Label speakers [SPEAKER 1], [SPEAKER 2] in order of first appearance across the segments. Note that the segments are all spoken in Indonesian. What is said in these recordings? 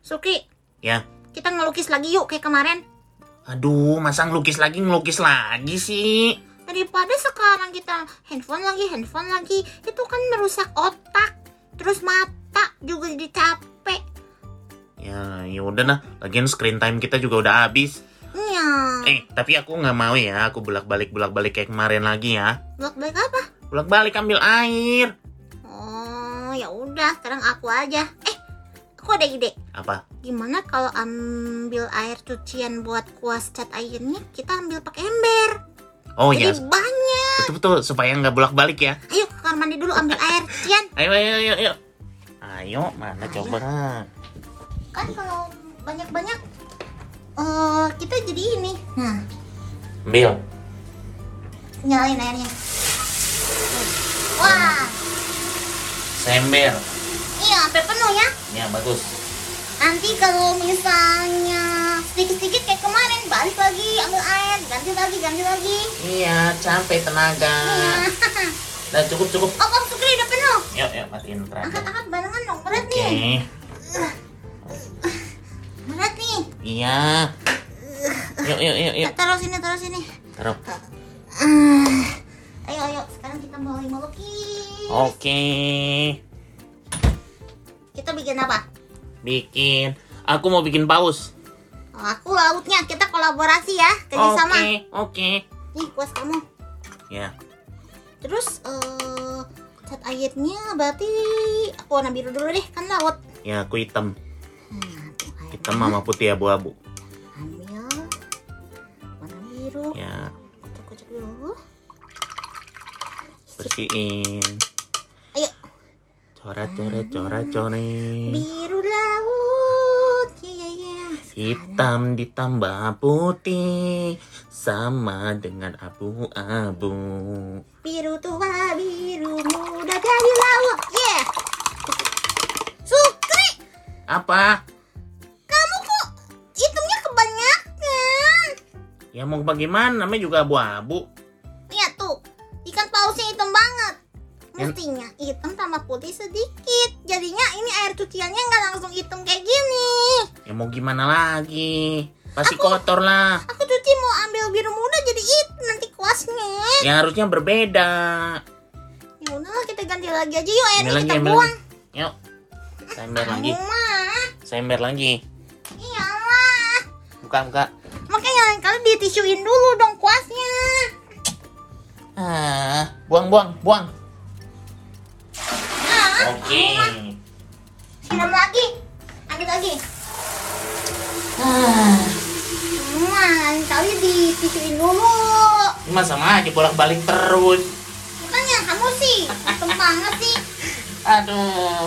[SPEAKER 1] Suki,
[SPEAKER 2] Ya,
[SPEAKER 1] kita ngelukis lagi yuk kayak kemarin.
[SPEAKER 2] aduh masa ngelukis lagi ngelukis lagi sih?
[SPEAKER 1] Daripada sekarang kita handphone lagi, handphone lagi, itu kan merusak otak. Terus mata juga jadi capek.
[SPEAKER 2] Ya, yaudah nah. Lagian screen time kita juga udah habis.
[SPEAKER 1] Iya.
[SPEAKER 2] Eh, tapi aku nggak mau ya. Aku bolak-balik bolak-balik kayak kemarin lagi ya.
[SPEAKER 1] Bolak-balik apa?
[SPEAKER 2] Bolak-balik ambil air.
[SPEAKER 1] Oh, ya udah, sekarang aku aja. Eh, aku ada ide.
[SPEAKER 2] Apa?
[SPEAKER 1] Gimana kalau ambil air cucian buat kuas cat airnya kita ambil pakai ember?
[SPEAKER 2] Oh ya,
[SPEAKER 1] jadi banyak.
[SPEAKER 2] betul betul supaya nggak bolak-balik ya.
[SPEAKER 1] Ayo ke kamar mandi dulu ambil air cucian.
[SPEAKER 2] Ayo, ayo, ayo, ayo. Ayo, mana coba?
[SPEAKER 1] Kan kalau banyak-banyak eh kita jadi ini. Nah,
[SPEAKER 2] Ambil.
[SPEAKER 1] nyalain airnya. Wah,
[SPEAKER 2] Sember.
[SPEAKER 1] iya sampai penuh ya.
[SPEAKER 2] Ya, bagus.
[SPEAKER 1] Nanti kalau misalnya sedikit-sedikit kayak kemarin balik lagi ambil air, ganti lagi, ganti lagi.
[SPEAKER 2] Iya, capek tenaga.
[SPEAKER 1] Nah.
[SPEAKER 2] Udah cukup, cukup.
[SPEAKER 1] Oh, kamu sukri udah penuh.
[SPEAKER 2] Yuk, yuk, matiin terang.
[SPEAKER 1] Angkat-angkat barengan dong, berat
[SPEAKER 2] Oke.
[SPEAKER 1] nih. Berat nih.
[SPEAKER 2] Iya. Yuk, yuk, yuk, yuk.
[SPEAKER 1] Taruh sini, taruh sini.
[SPEAKER 2] Taruh.
[SPEAKER 1] Ah, Ayo, ayo. Sekarang kita mulai melukis.
[SPEAKER 2] Oke.
[SPEAKER 1] Kita bikin apa?
[SPEAKER 2] Bikin. Aku mau bikin paus.
[SPEAKER 1] Oh, aku lautnya. Kita kolaborasi ya. Kerjasama.
[SPEAKER 2] Oke, oke.
[SPEAKER 1] Nih, kuas kamu.
[SPEAKER 2] Ya.
[SPEAKER 1] Terus, eh cat airnya berarti... Aku warna biru dulu deh. Kan laut.
[SPEAKER 2] Ya, aku hitam.
[SPEAKER 1] Nah, tuh, air.
[SPEAKER 2] Hitam sama putih abu-abu.
[SPEAKER 1] Ambil. Warna biru.
[SPEAKER 2] Ya,
[SPEAKER 1] Kocok-kocok dulu.
[SPEAKER 2] bersihin.
[SPEAKER 1] Ayo.
[SPEAKER 2] Coret, coret, coret, coret.
[SPEAKER 1] Biru laut. Ya, ya, ya.
[SPEAKER 2] Hitam ditambah putih sama dengan abu-abu.
[SPEAKER 1] Biru tua, biru muda dari laut. Yeah. Sukri,
[SPEAKER 2] Apa?
[SPEAKER 1] kamu kok hitungnya kebanyakan?
[SPEAKER 2] Ya mau bagaimana? Namanya juga abu-abu.
[SPEAKER 1] Lihat tuh, ikan pausnya hitam banget.
[SPEAKER 2] Yang-
[SPEAKER 1] Mestinya hitam sama putih sedikit. Jadinya ini air cuciannya nggak langsung hitam kayak gini.
[SPEAKER 2] Ya mau gimana lagi? Pasti kotor lah.
[SPEAKER 1] Aku cuci mau ambil biru muda jadi hitam nanti kuasnya.
[SPEAKER 2] Ya harusnya berbeda.
[SPEAKER 1] Ya udahlah kita ganti lagi aja yuk
[SPEAKER 2] Ini
[SPEAKER 1] airnya
[SPEAKER 2] lagi,
[SPEAKER 1] kita
[SPEAKER 2] ambil
[SPEAKER 1] buang.
[SPEAKER 2] lagi. Yuk. Sember lagi.
[SPEAKER 1] Kamu mah,
[SPEAKER 2] Sember lagi.
[SPEAKER 1] iyalah.
[SPEAKER 2] Buka, buka.
[SPEAKER 1] Makanya lain kali ditisuin dulu dong kuasnya.
[SPEAKER 2] Ah, buang, buang, buang.
[SPEAKER 1] Ah,
[SPEAKER 2] Oke.
[SPEAKER 1] Siram lagi. Ambil lagi.
[SPEAKER 2] Ah,
[SPEAKER 1] Cuman Hmm, kali ditisuin dulu.
[SPEAKER 2] ini mah sama aja bolak-balik terus.
[SPEAKER 1] Makanya kamu sih, hitam banget sih.
[SPEAKER 2] Aduh.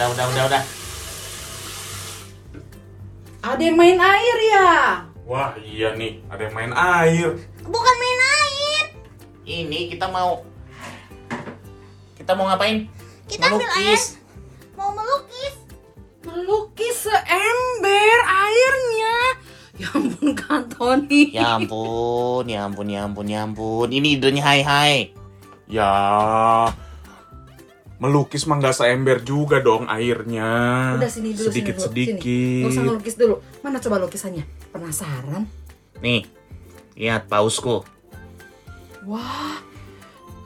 [SPEAKER 2] Udah, udah, udah, udah.
[SPEAKER 3] Ada yang main air ya?
[SPEAKER 4] Wah iya nih, ada yang main air.
[SPEAKER 1] Bukan main air.
[SPEAKER 2] Ini kita mau kita mau ngapain?
[SPEAKER 1] Kita ambil air.
[SPEAKER 2] Melukis.
[SPEAKER 1] Mau melukis.
[SPEAKER 3] Melukis seember airnya. Ya ampun Kantoni.
[SPEAKER 2] Ya ampun, ya ampun, ya ampun, ya ampun. Ini idenya hai-hai.
[SPEAKER 4] Ya, melukis mah nggak seember juga dong airnya.
[SPEAKER 3] Udah sini dulu
[SPEAKER 4] Sedikit
[SPEAKER 3] sini dulu, Sini. Gak
[SPEAKER 4] sedikit.
[SPEAKER 3] usah ngelukis dulu. Mana coba lukisannya? Penasaran?
[SPEAKER 2] Nih. Lihat pausku.
[SPEAKER 3] Wah.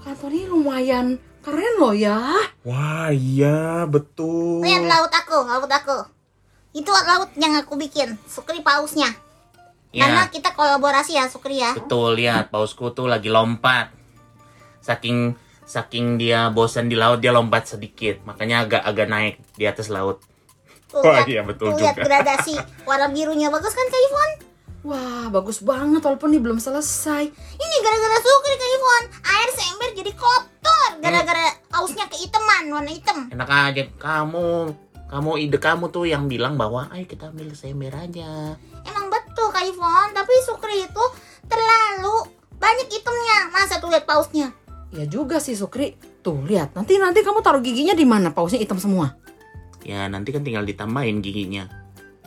[SPEAKER 3] Kantoni lumayan keren loh ya.
[SPEAKER 4] Wah iya betul.
[SPEAKER 1] Lihat Oh ya, laut aku, laut aku. Itu laut yang aku bikin. Sukri pausnya. Karena
[SPEAKER 2] Ya,
[SPEAKER 1] kita kolaborasi ya Sukri ya.
[SPEAKER 2] betul lihat pausku tuh lagi lompat. Saking saking dia bosan di laut dia lompat sedikit. Makanya agak agak naik di atas laut.
[SPEAKER 1] Tuh,
[SPEAKER 4] Wah,
[SPEAKER 1] lihat-
[SPEAKER 4] iya, betul
[SPEAKER 1] tuh lihat
[SPEAKER 4] juga.
[SPEAKER 1] gradasi. Warna birunya bagus kan Kak Ivon?
[SPEAKER 3] Wah, bagus banget walaupun ini belum selesai.
[SPEAKER 1] Ini gara-gara Sukri Kak Ivon. Air seember jadi kotor. Gara-gara pausnya kehitaman, warna hitam.
[SPEAKER 2] Enak aja kamu. Kamu ide kamu tuh yang bilang bahwa ayo kita ambil sember aja.
[SPEAKER 1] Emang betul Kak Ivon, tapi Sukri itu terlalu banyak itemnya. Masa tuh lihat pausnya?
[SPEAKER 3] Ya juga sih Sukri. Tuh lihat, nanti nanti kamu taruh giginya di mana? Pausnya hitam semua.
[SPEAKER 2] Ya nanti kan tinggal ditambahin giginya.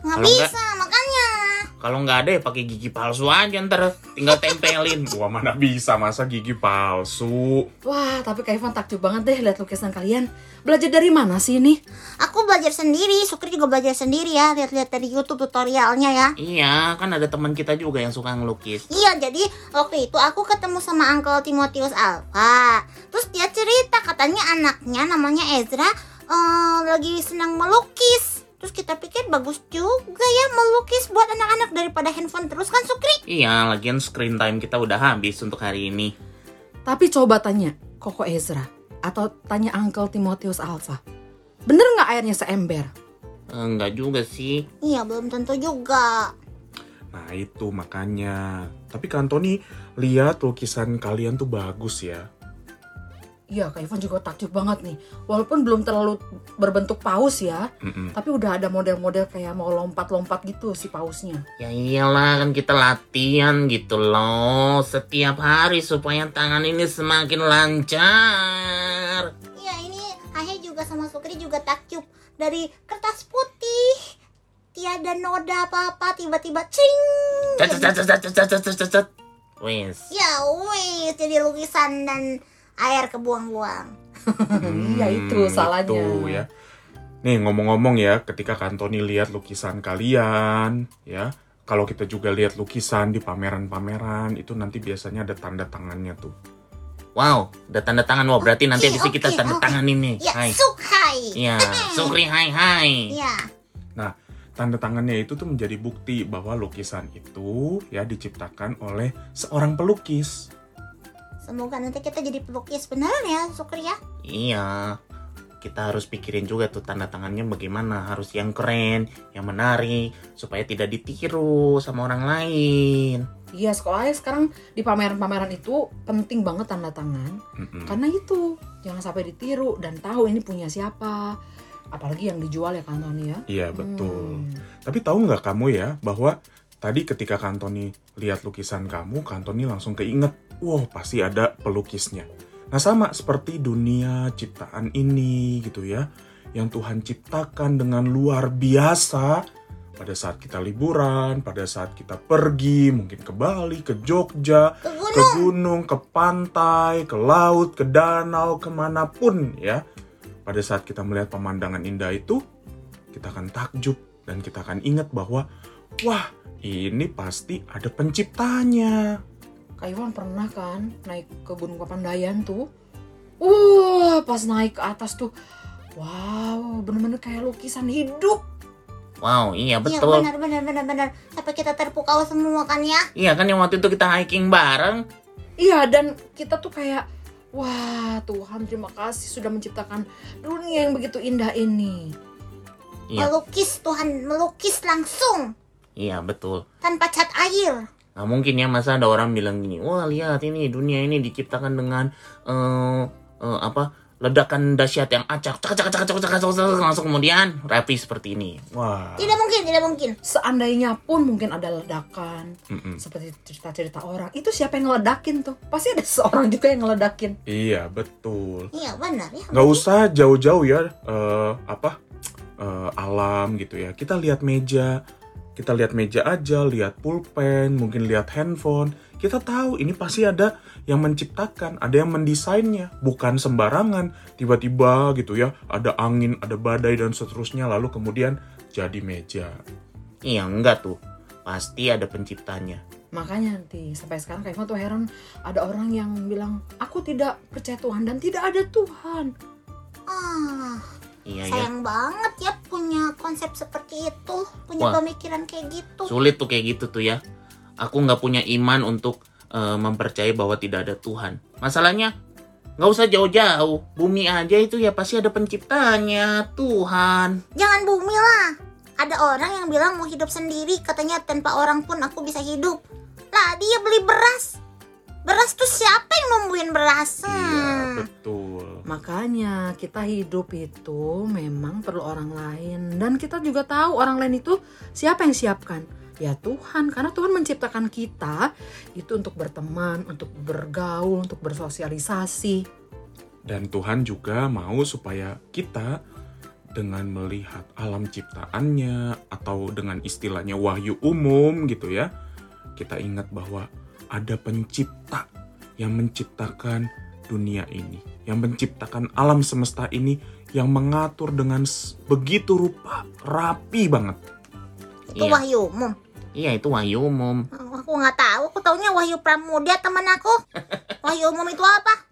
[SPEAKER 1] Nggak
[SPEAKER 2] Kalau
[SPEAKER 1] bisa, makanya.
[SPEAKER 2] Kalau nggak ada ya pakai gigi palsu aja ntar tinggal tempelin.
[SPEAKER 4] Gua mana bisa masa gigi palsu.
[SPEAKER 3] Wah, tapi Kak Ivan takjub banget deh lihat lukisan kalian. Belajar dari mana sih ini?
[SPEAKER 1] Aku belajar sendiri, Sukri juga belajar sendiri ya, lihat-lihat dari YouTube tutorialnya ya.
[SPEAKER 2] Iya, kan ada teman kita juga yang suka ngelukis.
[SPEAKER 1] Iya, jadi waktu itu aku ketemu sama Uncle Timotius Alva. Terus dia cerita katanya anaknya namanya Ezra eh, lagi senang melukis. Terus kita pikir bagus juga ya melukis buat anak-anak daripada handphone terus kan Sukri.
[SPEAKER 2] Iya, lagian screen time kita udah habis untuk hari ini.
[SPEAKER 3] Tapi coba tanya Koko Ezra atau tanya Uncle Timotius Alpha. Bener nggak airnya seember?
[SPEAKER 2] Eh, Nggak juga sih.
[SPEAKER 1] Iya, belum tentu juga.
[SPEAKER 4] Nah itu makanya. Tapi Kak Antoni, lihat lukisan kalian tuh bagus ya.
[SPEAKER 3] Iya, Kak Ivan juga takjub banget nih. Walaupun belum terlalu berbentuk paus ya,
[SPEAKER 4] Mm-mm.
[SPEAKER 3] tapi udah ada model-model kayak mau lompat-lompat gitu si pausnya.
[SPEAKER 2] Ya iyalah kan kita latihan gitu loh setiap hari supaya tangan ini semakin lancar.
[SPEAKER 1] Iya, ini Ahe juga sama Sukri juga takjub dari kertas putih. Tiada noda apa-apa tiba-tiba cing.
[SPEAKER 2] Cet cet cet cet cet cet, cet cet cet. Wes.
[SPEAKER 1] Ya wis, jadi lukisan dan air kebuang-buang.
[SPEAKER 3] Iya, itu salahnya.
[SPEAKER 4] itu Hmm, ya. Nih ngomong-ngong ya, ketika Kak Antoni lihat lukisan kalian, ya. Kalau kita juga lihat lukisan di pameran-pameran, itu nanti biasanya ada tanda tangannya tuh.
[SPEAKER 2] Wow, udah tanda tangan wah berarti nanti
[SPEAKER 1] Oke,
[SPEAKER 2] habis ini kita
[SPEAKER 1] oke,
[SPEAKER 2] tanda
[SPEAKER 1] oke.
[SPEAKER 2] tangan ini.
[SPEAKER 1] Ya,
[SPEAKER 2] Hai.
[SPEAKER 1] sukhai.
[SPEAKER 2] Iya, Sukri hai hai.
[SPEAKER 1] Iya.
[SPEAKER 4] Tanda tangannya itu tuh menjadi bukti bahwa lukisan itu ya diciptakan oleh seorang pelukis.
[SPEAKER 1] Semoga nanti kita jadi pelukis beneran ya, Sukri ya.
[SPEAKER 2] Iya. Kita harus pikirin juga tuh tanda tangannya bagaimana, harus yang keren, yang menarik supaya tidak ditiru sama orang lain.
[SPEAKER 3] Iya, sekolahnya sekarang di pameran-pameran itu penting banget tanda tangan.
[SPEAKER 4] Mm-mm.
[SPEAKER 3] Karena itu, jangan sampai ditiru dan tahu ini punya siapa. Apalagi yang dijual ya, Kak Antoni ya.
[SPEAKER 4] Iya betul.
[SPEAKER 3] Hmm.
[SPEAKER 4] Tapi tahu nggak kamu ya bahwa tadi ketika Kantoni lihat lukisan kamu, Kantoni langsung keinget, wow pasti ada pelukisnya. Nah sama seperti dunia ciptaan ini gitu ya, yang Tuhan ciptakan dengan luar biasa. Pada saat kita liburan, pada saat kita pergi, mungkin ke Bali, ke Jogja,
[SPEAKER 1] Ke
[SPEAKER 4] ke
[SPEAKER 1] gunung.
[SPEAKER 4] gunung, ke pantai, ke laut, ke danau, kemanapun ya. Pada saat kita melihat pemandangan indah itu, kita akan takjub dan kita akan ingat bahwa, wah ini pasti ada penciptanya.
[SPEAKER 3] Kak Iwan pernah kan naik ke Gunung Papandayan tuh. Wah, pas naik ke atas tuh. Wow, bener-bener kayak lukisan hidup.
[SPEAKER 2] Wow, iya
[SPEAKER 1] Iya,
[SPEAKER 2] betul.
[SPEAKER 1] benar benar benar benar. Sampai kita terpukau semua kan ya.
[SPEAKER 2] Iya kan yang waktu itu kita hiking bareng.
[SPEAKER 3] Iya, dan kita tuh kayak, wah Tuhan terima kasih sudah menciptakan dunia yang begitu indah ini.
[SPEAKER 2] Iya.
[SPEAKER 1] Melukis Tuhan melukis langsung
[SPEAKER 2] Iya betul.
[SPEAKER 1] tanpa cat air.
[SPEAKER 2] Nah mungkin ya masa ada orang bilang gini, wah lihat ini dunia ini diciptakan dengan eh eh, apa ledakan dahsyat yang acak, cak cak cak cak cak cak, cak, cak, langsung kemudian rapi seperti ini.
[SPEAKER 4] Wah.
[SPEAKER 1] Tidak mungkin, tidak mungkin.
[SPEAKER 3] Seandainya pun mungkin ada ledakan,
[SPEAKER 4] Mm-mm.
[SPEAKER 3] seperti cerita-cerita orang. Itu siapa yang ngeledakin tuh? Pasti ada seorang juga yang ngeledakin.
[SPEAKER 4] Iya betul.
[SPEAKER 1] Iya, benar ya.
[SPEAKER 4] Nggak usah jauh-jauh ya eh, apa eh, alam gitu ya. Kita lihat meja, kita lihat meja aja, lihat pulpen, mungkin lihat handphone. Kita tahu ini pasti ada yang menciptakan, ada yang mendesainnya, bukan sembarangan. Tiba-tiba gitu ya, ada angin, ada badai dan seterusnya lalu kemudian jadi meja.
[SPEAKER 2] Iya enggak tuh, pasti ada penciptanya.
[SPEAKER 3] Makanya nanti sampai sekarang Kak Ivan tuh heran ada orang yang bilang aku tidak percaya Tuhan dan tidak ada Tuhan.
[SPEAKER 1] Ah,
[SPEAKER 2] Iya ya.
[SPEAKER 1] sayang banget ya punya konsep seperti itu, punya
[SPEAKER 2] Wah.
[SPEAKER 1] pemikiran kayak gitu.
[SPEAKER 2] Sulit tuh kayak gitu tuh ya. Aku nggak punya iman untuk eh, mempercayai bahwa tidak ada Tuhan. Masalahnya nggak usah jauh-jauh, bumi aja itu ya pasti ada penciptanya Tuhan.
[SPEAKER 1] Jangan bumi lah. Ada orang yang bilang mau hidup sendiri, katanya tanpa orang pun aku bisa hidup. Lah dia beli beras. Beras tuh siapa yang numbuhin beras?
[SPEAKER 4] Iya
[SPEAKER 1] Hmm.
[SPEAKER 4] betul.
[SPEAKER 3] Makanya kita hidup itu memang perlu orang lain dan kita juga tahu orang lain itu siapa yang siapkan. Ya Tuhan, karena Tuhan menciptakan kita itu untuk berteman, untuk bergaul, untuk bersosialisasi.
[SPEAKER 4] Dan Tuhan juga mau supaya kita dengan melihat alam ciptaannya atau dengan istilahnya wahyu umum gitu ya, kita ingat bahwa ada pencipta yang menciptakan dunia ini, yang menciptakan alam semesta ini, yang mengatur dengan s- begitu rupa rapi banget.
[SPEAKER 1] Itu
[SPEAKER 2] Iya.
[SPEAKER 1] Wahyu umum.
[SPEAKER 2] Iya itu wahyu umum.
[SPEAKER 1] Aku nggak tahu. Aku taunya Wahyu Pramudia teman aku. Wahyu umum itu apa?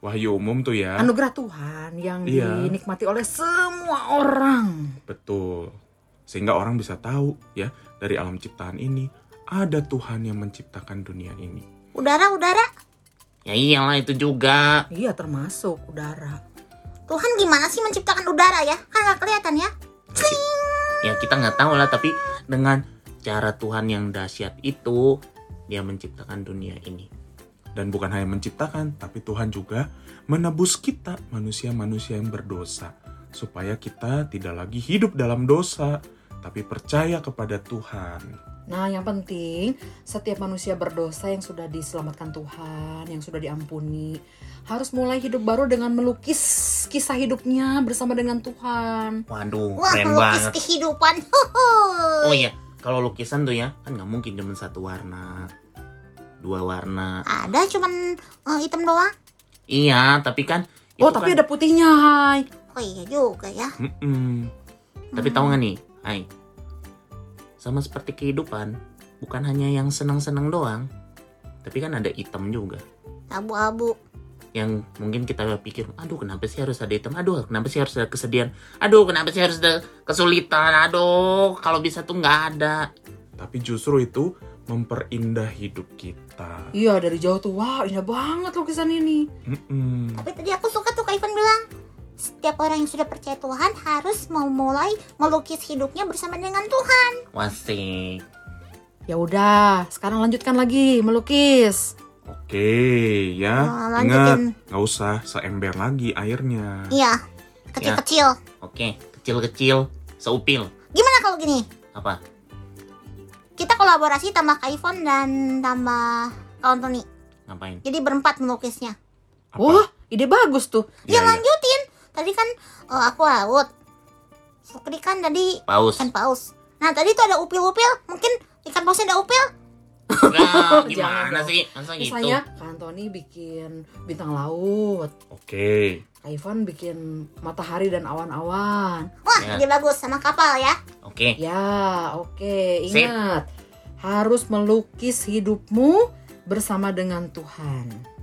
[SPEAKER 4] Wahyu umum tuh ya,
[SPEAKER 3] Anugerah Tuhan yang
[SPEAKER 4] Iya.
[SPEAKER 3] dinikmati oleh semua orang.
[SPEAKER 4] betul. Sehingga orang bisa tahu ya dari alam ciptaan ini ada Tuhan yang menciptakan dunia ini.
[SPEAKER 1] Udara, udara.
[SPEAKER 2] Ya iyalah itu juga.
[SPEAKER 3] Iya termasuk udara.
[SPEAKER 1] Tuhan gimana sih menciptakan udara ya? Kan nggak kelihatan ya?
[SPEAKER 2] Ya kita nggak tahu lah tapi dengan cara Tuhan yang dahsyat itu dia menciptakan dunia ini.
[SPEAKER 4] dan bukan hanya menciptakan, tapi Tuhan juga menebus kita, manusia-manusia yang berdosa, supaya kita tidak lagi hidup dalam dosa, tapi percaya kepada Tuhan.
[SPEAKER 3] Nah yang penting setiap manusia berdosa yang sudah diselamatkan Tuhan, yang sudah diampuni. Harus mulai hidup baru dengan melukis kisah hidupnya bersama dengan Tuhan.
[SPEAKER 2] Waduh
[SPEAKER 1] Wah,
[SPEAKER 2] keren
[SPEAKER 1] melukis
[SPEAKER 2] banget.
[SPEAKER 1] kehidupan. Huhuy.
[SPEAKER 2] Oh iya kalau lukisan tuh ya kan nggak mungkin cuma satu warna, dua warna.
[SPEAKER 1] Ada cuman eh, hitam doang.
[SPEAKER 2] Iya tapi kan.
[SPEAKER 3] Oh
[SPEAKER 2] itu
[SPEAKER 3] tapi
[SPEAKER 2] kan-
[SPEAKER 3] ada putihnya Hai.
[SPEAKER 1] Oh iya juga ya.
[SPEAKER 4] Mm-mm.
[SPEAKER 2] Tapi tahu nggak nih, Hai. Sama seperti kehidupan, bukan hanya yang senang-senang doang, tapi kan ada item juga.
[SPEAKER 1] Abu-abu.
[SPEAKER 2] yang mungkin kita pikir, aduh kenapa sih harus ada hitam, aduh kenapa sih harus ada kesedihan, aduh kenapa sih harus ada kesulitan, aduh kalau bisa tuh nggak ada.
[SPEAKER 4] Tapi justru itu memperindah hidup kita.
[SPEAKER 3] Iya dari jauh tuh wah indah banget lukisan ini.
[SPEAKER 4] Mm-mm.
[SPEAKER 1] Tapi tadi aku suka tuh Kak Ivan bilang setiap orang yang sudah percaya Tuhan harus memulai melukis hidupnya bersama dengan Tuhan.
[SPEAKER 2] Wasik.
[SPEAKER 3] Ya udah sekarang lanjutkan lagi melukis.
[SPEAKER 4] Oke, ya
[SPEAKER 1] Oh,
[SPEAKER 4] ingat
[SPEAKER 1] lanjutin.
[SPEAKER 4] nggak usah seember lagi airnya.
[SPEAKER 1] Iya. Kecil-kecil.
[SPEAKER 2] Oke, kecil-kecil, seupil.
[SPEAKER 1] Gimana kalau gini?
[SPEAKER 2] Apa?
[SPEAKER 1] Kita kolaborasi tambah Kak Ivan dan tambah Kak Anthony.
[SPEAKER 2] Ngapain?
[SPEAKER 1] Jadi berempat melukisnya.
[SPEAKER 4] Apa?
[SPEAKER 3] Wah ide bagus tuh.
[SPEAKER 1] Ya,
[SPEAKER 4] Iya, iya.
[SPEAKER 1] lanjutin. Tadi kan eh, aku laut. Sukri kan tadi
[SPEAKER 2] Paus.
[SPEAKER 1] ikan paus. Nah tadi tuh ada upil-upil. Mungkin ikan pausnya ada upil.
[SPEAKER 2] Nah,
[SPEAKER 3] Jangan
[SPEAKER 2] gimana
[SPEAKER 3] dong.
[SPEAKER 2] sih? Masa gitu?
[SPEAKER 3] Misalnya Kak Antoni bikin bintang laut.
[SPEAKER 4] Oke,
[SPEAKER 3] Kak Ivan bikin matahari dan awan-awan.
[SPEAKER 1] Wah
[SPEAKER 4] Iya.
[SPEAKER 2] Ya.
[SPEAKER 1] dia bagus sama kapal ya.
[SPEAKER 2] Oke.
[SPEAKER 3] Ya, oke.
[SPEAKER 2] Sip.
[SPEAKER 3] Ingat, harus melukis hidupmu bersama dengan Tuhan.